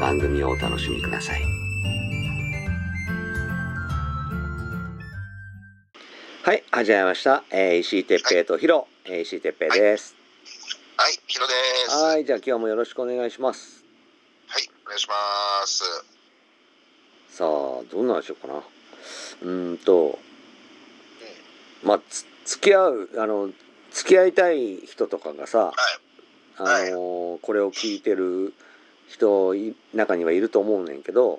番組をお楽しみください。はい、始まりました。えー石井哲平とヒロ、えー石井哲平です。はい、ヒロです。ははい、じゃあ今日もよろしくお願いします。い、お願いします。さあ、どうなんでしょうかな。うーんと、まあ、つ付き合う、あの、付き合いたい人とかがさ、あのはいーこれを聞いてる人い中にはいると思うねんけどうん、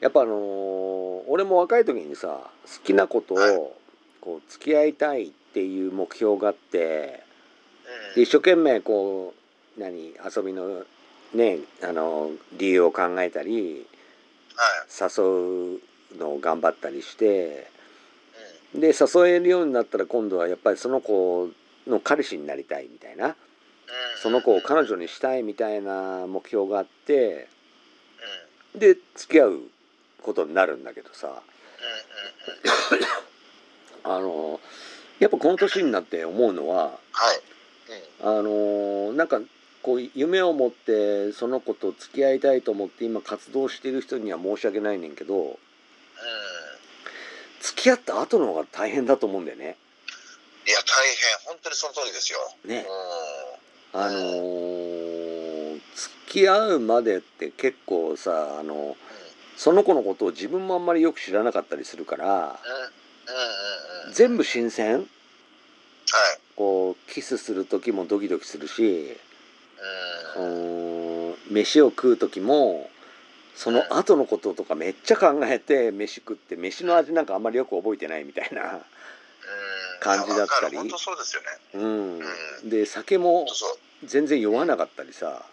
やっぱあのー俺も若い時にさ好きなことはいをこう付き合いたいっていう目標があってうん、で一生懸命こう何遊びのねあのー理由を考えたりはい、誘うのを頑張ったりしてうん、で誘えるようになったら今度はやっぱりその子の彼氏になりたいみたいなうん、その子をうん、彼女にしたいみたいな目標があってうん、うん、で付き合うことになるんだけどさうん、うん、あのやっぱこの年になって思うのははい、うん、あのなんかこう夢を持ってその子と付き合いたいと思って今活動してる人には申し訳ないねんけどう付き合った後の方が大変だと思うんだよね。ん、いや、大変、本当にその通りですよ。うんね、んあの付き合うまでって結構さあのその子のことを自分もあんまりよく知らなかったりするからうん、うん、うん、うん、全部新鮮はい、こうキスする時もドキドキするしううん、うん、ーん飯を食う時もその後のこととかめっちゃ考えて飯食って飯の味なんかあんまりよく覚えてないみたいな感じだったりいやわかる本当そうですよね。うんうで酒も本当そう、全然酔わなかったりさ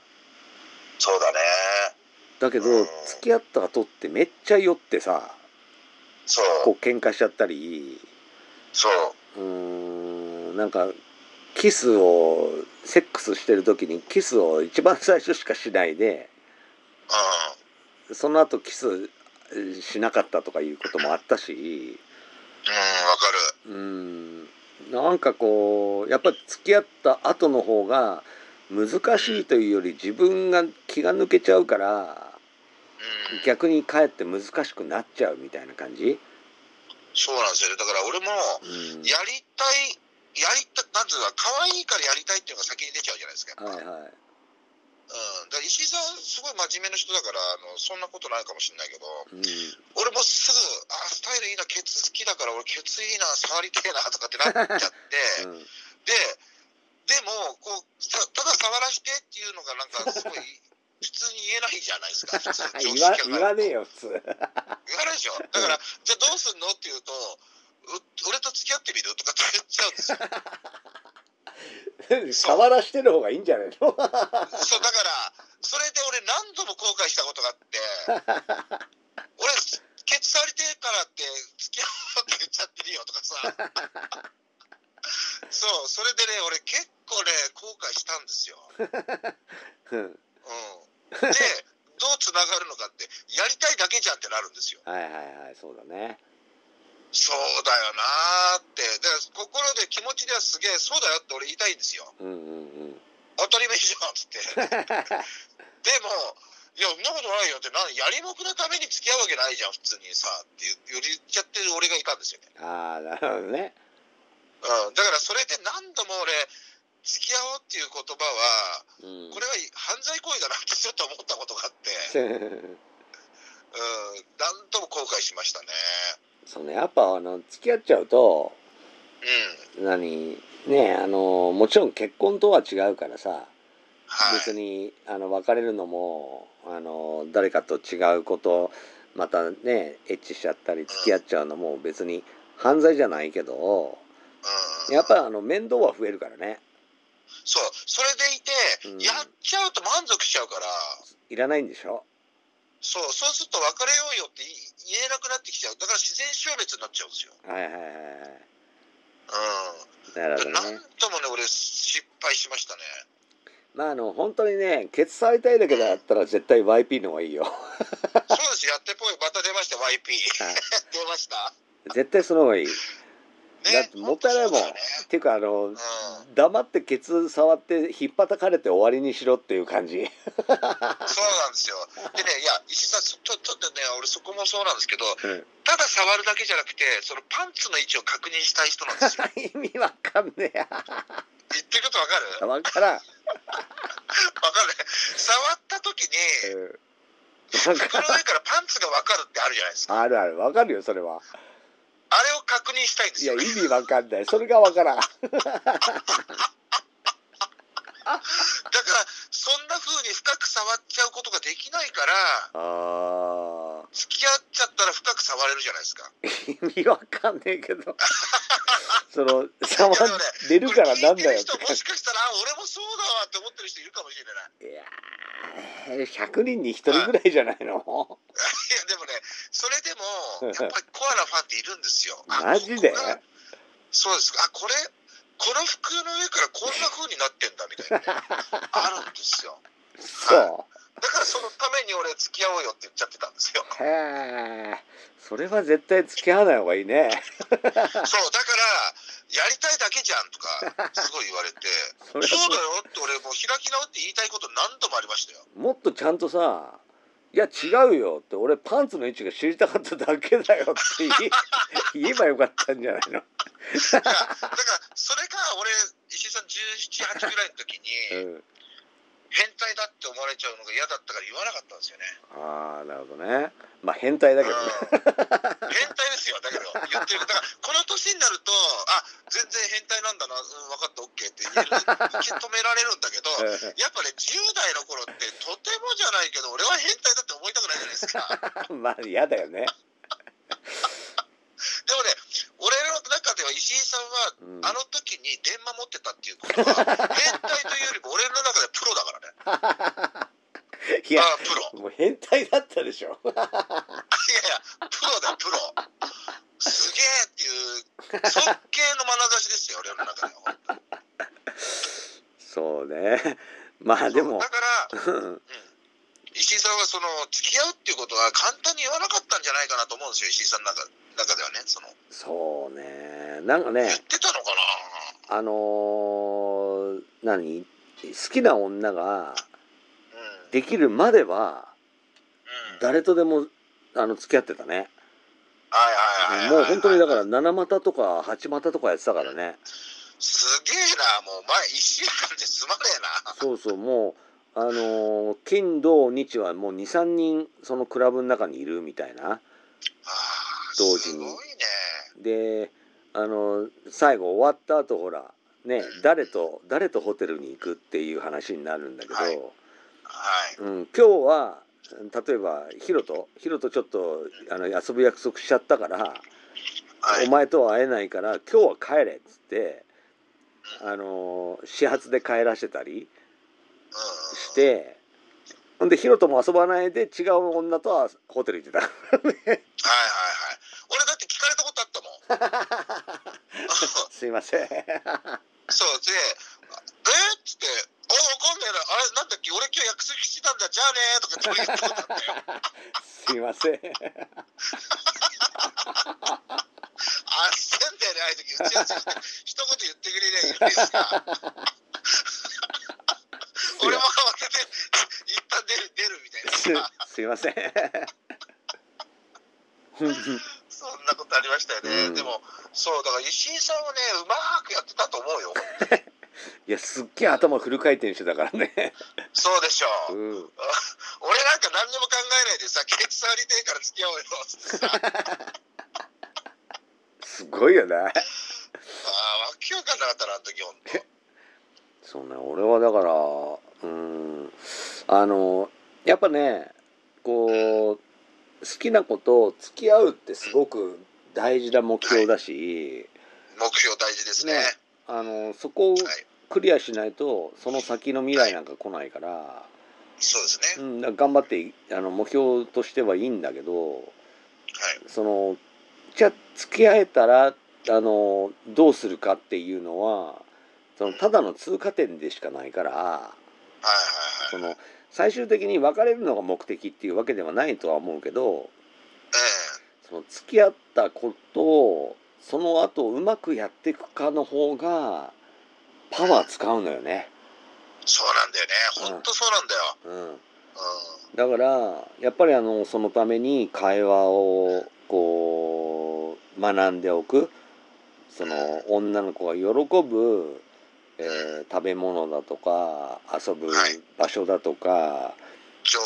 そうだね。だけどうん付き合った後ってめっちゃ酔ってさそこう、う喧嘩しちゃったりそうう、ーんなんかキスをセックスしてる時にキスを一番最初しかしないでうその後キスえーしなかったとかいうこともあったしん、うん、わかうる。ーんなんかこうやっぱ付き合った後の方が難しいというより自分が気が抜けちゃうからうん、逆にかえって難しくなっちゃうみたいな感じ、そうなんですよね。だから、俺も。うん、やりたい、やりた、なんていうのか、可愛いからやりたいっていうのが先に出ちゃうじゃないですか。はいうん。だかはいら石井さん、すごい真面目な人だから、あの、そんなことないかもしれないけど、うん俺もすぐ、あ、スタイルいいな、ケツ好きだから、俺ケツいいな、触りてえな、とかってなっちゃっ うて、んで、でも、こう、たただ触らしてっていうのが、なんか、すごい、普通に言えないじゃないです か。普通常識言わが言わねえよ普通言わないでしょ。だから、じゃあどうすんのって言うと、う俺と付き合ってみるとかって言っちゃうんですよ。触らしてる方がいいんじゃないのそうだからそれで俺何度も後悔したことがあって俺ケツ触りてえからって付き合おうって言っちゃってるよとかさそうそれでね俺結構ね後悔したんですよ、ううんん、でどうつながるのかってやりたいだけじゃんってなるんですよはいはいはいそうだねそうだよなーってだから心で気持ちではすげえそうだよって俺言いたいんですようんうんうん当たり前じゃんっ つってでも、いや、そんなことないよって、なんやりもくのために付き合うわけないじゃん、普通にさ、って言う言っちゃってる俺がいたんですよね。ああなるほどねうん、だからそれで何度も俺、付き合おうっていう言葉は、うんこれは犯罪行為だなってちょっと思ったことがあ って、うん、何度も後悔しましたね。そうねやっぱあの付き合っちゃうとうん。何ねあのもちろん結婚とは違うからさはい。別にあの別れるのもあの誰かと違うことまたねエッチしちゃったり付き合っちゃうのも別に犯罪じゃないけどうん、やっぱあの面倒は増えるからねそう、それでいて、うんやっちゃうと満足しちゃうから、いらないんでしょそう、そうすると別れようよって言言えなくなってきちゃう。だから自然消滅になっちゃうんですよ。はいはいはいはいうん。なるほどだからね何度もね、俺、失敗しまし たね。まああの本当にねケツ触りたいだけだったら絶対 YP の方がいいよそうです、やってぽい。また出ました、YP。出 ました。絶対その方がいい、だっねて。もったいないもん、本当そうだよねっていうかあのうん。黙ってケツ触って引っ叩かれて終わりにしろっていう感じそうなんですよ。でね、いや、石井さん、ちょちょっとね、俺そこもそうなんですけど、うんただ触るだけじゃなくて、そのパンツの位置を確認したい人な んですよ。意味わかんねえ 言ってることわかるわわからん。かる。触った時に、うん、わ服かの上からパンツがわかるってあるじゃないですか。あるある、わかるよ、それは。あれを確認したいんでいすや、よ。意ね味わかんない。それがわからん。だから、そんな風に深く触っちゃうことができないから、あ付き合っちゃったら深く触れるじゃないですか。ー意味わかんねえけど。 その、触いやでもねれるからなんこれだよ聞いてる人ってもしかしたら、あ俺もそうだわって思ってる人いるかもしれない。いやー、100人に1人ぐらいじゃないの。いやでもね、それでも、やっぱりコアなファンっているんですよマジであここがそうですか。あ、これ、この服の上からこんな風になってんだみたいな。 あるんですよ。そだからそのために俺、付き合おうよって言っちゃってたん ですよ。う。へーそれは絶対付き合わない方がいいね。そう、だから、やりたいだけじゃんとか、すごい言われて、それはそうだよって俺、もう開き直って言いたいこと何度もあり ましたよ。もっとちゃんとさ「いや違うよ」って俺パンツの位置が知りたかっただけだよって言い言えばよかったんじゃないの、いやだから、それが俺、石井さん17、8ぐらいの時うに、ん、変態だって思われちゃうのが嫌だったから言わなかったんですよね。ああなるほどねまあ変態だけどねうん変態ですよだけど言ってるだからこの年になるとあ全然変態なんだな、うん、分かった OK って言える受け止められるんだけどやっぱね10代の頃ってとてもじゃないけど俺は変態だって思いたくないじゃないですかうん まあ嫌だよね、でもね俺の中では石井さうん、んはあの時に電話持ってたっていうことは変態というよりも俺の中ではプロだからねいやああプロも う変態だったでしょいやいやプロだよプロすげえっていう尊敬の眼差しですよ俺の中ではそうねまあでもだからうん石井さんはその付き合うっていうことは簡単に言わなかったんじゃないかなと思うんですよ石井さんの中中ではねそのそうねなんかね言ってたのかなあのー何好きな女がうん、できるまではうん、はい誰とでもあの付き合ってたねはいはいはいもう本当にだから7股とか8股とかやってたからねすげえなもう前1週間で済まねえなそうそうもうあのー金土日はもう23人そのクラブの中にいるみたいなあー同時にすごいねであのー最後終わった後ほらね誰と誰とホテルに行くっていう話になるんだけど、はいはいうん、今日は例えばヒロとヒロとちょっとあの遊ぶ約束しちゃったからはいお前とは会えないから今日は帰れっつって、あのー始発で帰らせたりうんしてほんでヒロとも遊ばないで違う女とはホテル行ってた はいはいはい俺だって聞かれたことあったもん すいませんそうで「えっ?」っつって「おわかんねえなあれなんだっけ俺今日約束してたんだじゃあね」とかって俺言ったことあったよすいませんあっせんだよね、ああいう時打ち合わ せして、一言言ってくれりゃいいのにさ、俺も慌てて、一旦出る、出るみたいすなさ、すいませんそんなことありましたよね。うんでも、そう、だから石井さんはね、うまくやってたと思うよ。いやすっげえ頭フル回転してたからねそうでしょうう。ん俺なんか何にも考えないでさ、ケツ触りてえから付き合おうよっつってさ、あすごいよねあ、わけわかんなかったな、あの時、ほんと。そうね俺はだからうんあのやっぱねこう好きなこと付き合うってすごく大事な目標だし、目標大事ですね。ねあのそこをはい。クリアしないとその先の未来なんか来ないから,、そうでうすね。ん、だから頑張っていあの目標としてはいいんだけどはい。そのじゃあ付き合えたらあのどうするかっていうのはそのただの通過点でしかないからはいはいはい。その最終的に別れるのが目的っていうわけではないとは思うけどえその付き合ったことをその後うまくやっていくかの方がパワー使うのよね。えそうなんだよね。ほんとそうなんだよ。うんうん。だからやっぱりあのそのために会話をこう学んでおくその女の子が喜ぶ、えー食べ物だとか遊ぶはい場所だとか、情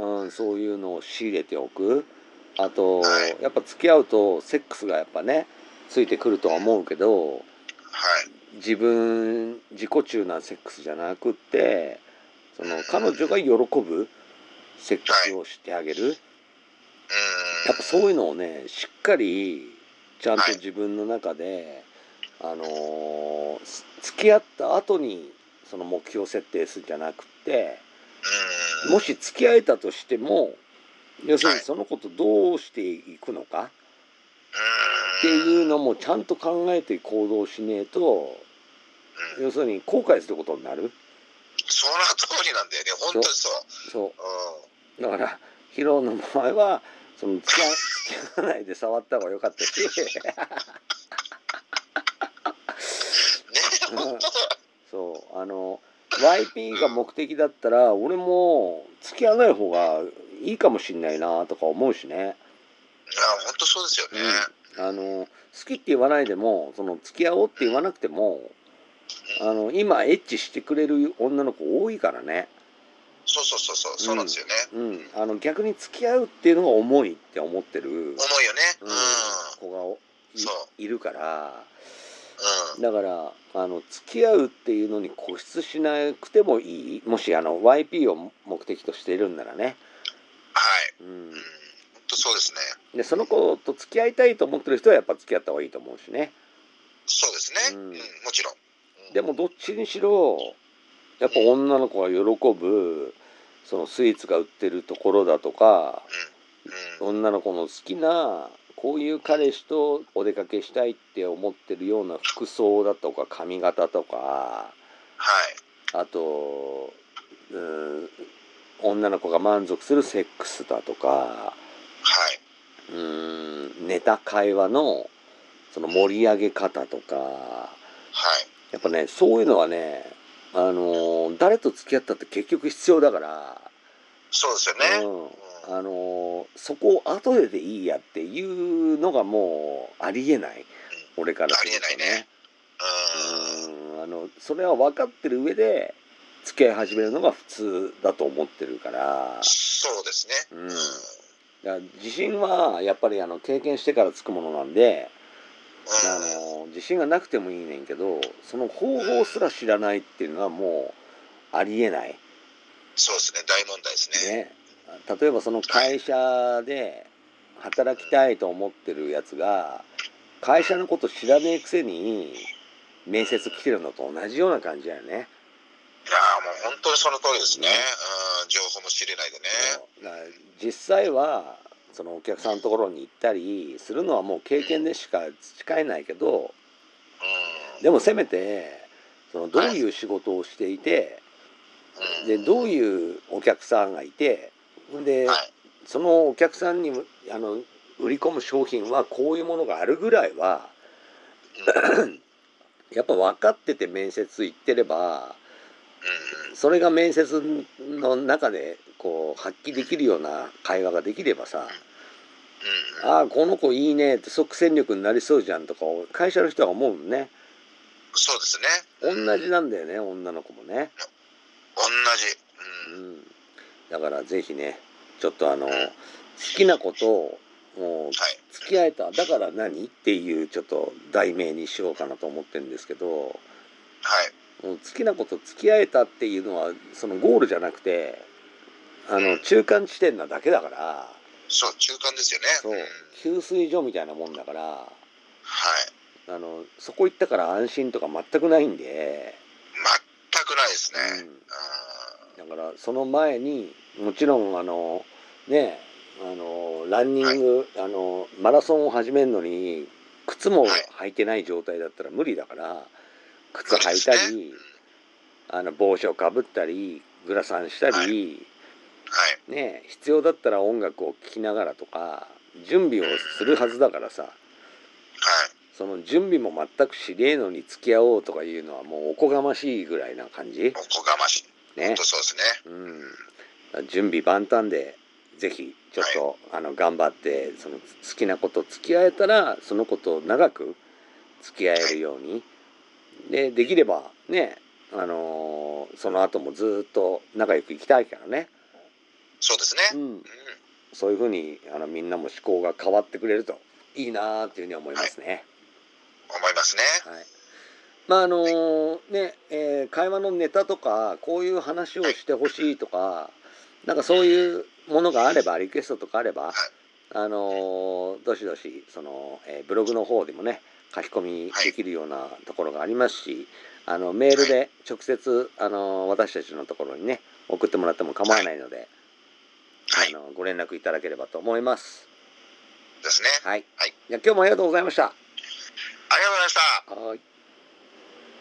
報ね。うん、そういうのを仕入れておくあと、はいやっぱ付き合うとセックスがやっぱねついてくるとは思うけどはい。自分自己中なセックスじゃなくってその彼女が喜ぶセックスをしてあげる。うん。やっぱそういうのをねしっかりちゃんと自分の中で、あのーす付き合った後にその目標設定するんじゃなくてうん。もし付き合えたとしても要するにはいその子とどうしていくのかっっていうのもちゃんと考えて行動しねえと要するに後悔することになるその通りなんだよね、本当にそう。そうん、うだからヒロの場合はその付き合付き合わないで触った方が良かったしね、本当だ。そうあの YP が目的だったら俺も付き合わない方がいいかもしんないなとか思うしね、いや、本当そうですよね。うん、あの好きって言わないでもその付き合おうって言わなくてもあの今エッチしてくれる女の子多いからね、そうそうそうそう、そうなんですよね。うん、あの逆に付き合うっていうのが重いって思ってる、思うよね。ううんん、子がおいそう。いるからうん、だからあの付き合うっていうのに固執しなくてもいいもしあの YP を目的としているんならね、はうい。んうん、、本当そうですね。でその子と付き合いたいと思ってる人はやっぱ付き合った方がいいと思うしねそうですうね。うんん、もちろん。うんでもどっちにしろやっぱ女の子が喜ぶそのスイーツが売ってるところだとかうん、うん、女の子の好きなこういう彼氏とお出かけしたいって思ってるような服装だとか髪型とかはい。あとうーん女の子が満足するセックスだとかはい。うーんネタ会話のその盛り上げ方とかはい。やっぱねそういうのはねあのー誰と付き合ったって結局必要だから、そうですよね。うん、うん、あのーそこを後ででいいやっていうのがもうありえない俺からするとありえないねうーんあのそれは分かってる上で付き合い始めるのが普通だと思ってるからそうですね。ううんん、うん、だから自信はやっぱりあの経験してからつくものなんであの自信がなくてもいいねんけどその方法すら知らないっていうのはもうありえない、そうですね。大問題ですね。ね、例えばその会社で働きたいと思ってるやつが会社のこと知らねえくせに面接来てるのと同じような感じだよね。いやーもう本当にその通りですね。うん、情報も知れないでね。だから実際はそのお客さんのところに行ったりするのはもう経験でしか培えないけどうん、でもせめてそのどういう仕事をしていてうん、でどういうお客さんがいてではい。そのお客さんにもあの売り込む商品はこういうものがあるぐらいはうんやっぱ分かってて面接行ってればうんそれが面接の中でこう発揮できるような会話ができればさ「うんうん、はいああこの子いいね」って即戦力になりそうじゃんとかを会社の人は思うのね。そうですね。同じなんだよね女の子もね、同うじ。うん。ん、だからぜひねちょっとあの好きなことをもうはい。付き合えただから何っていうちょっと題名にしようかなと思ってるんですけどはい。もう好きなこと付き合えたっていうのはそのゴールじゃなくてあの中間地点なだけだからそう、中間ですよね。そうんはい。給水所みたいなもんだからあのそこ行ったから安心とか全くないんで、全くないですね。うん。うん、だからその前にもちろんあのねあのランニング、あのマラソンを始めるのに靴も履いてない状態だったら無理だから靴そう履でいすねたり、あの帽子をかぶったりグラサンしたり、ははい。ね必要だったら音楽を聴きながらとか準備をするはずだからさはい。その準備も全くしねえのに付き合おうとかいうのはもうおこがましいぐらいな感じおこがましい。ね本当そうですね。うん、準備万端でぜひちょっと、あの頑張ってその好きなこと付き合えたらそのことを長く付き合えるようにでできればねあのーその後もずっと仲良くいきたいからね、そうですね。ううん。ん、そういうふうにあのみんなも思考が変わってくれるといいなーっていうふうに思いますね。思いますね。はい。まああのね、えー会話のネタとかこういう話をしてほしいとか、なんかそういうものがあればリクエストとかあればい、あのーどしどしその、えーブログの方でもね書き込みできるようなところがありますし、あのメールで直接あのー私たちのところにね送ってもらっても構わないので、はい。あのご連絡いただければと思います。ですね。はい。はいじゃあ今日もありがとうございました。ありがとうございました。はい。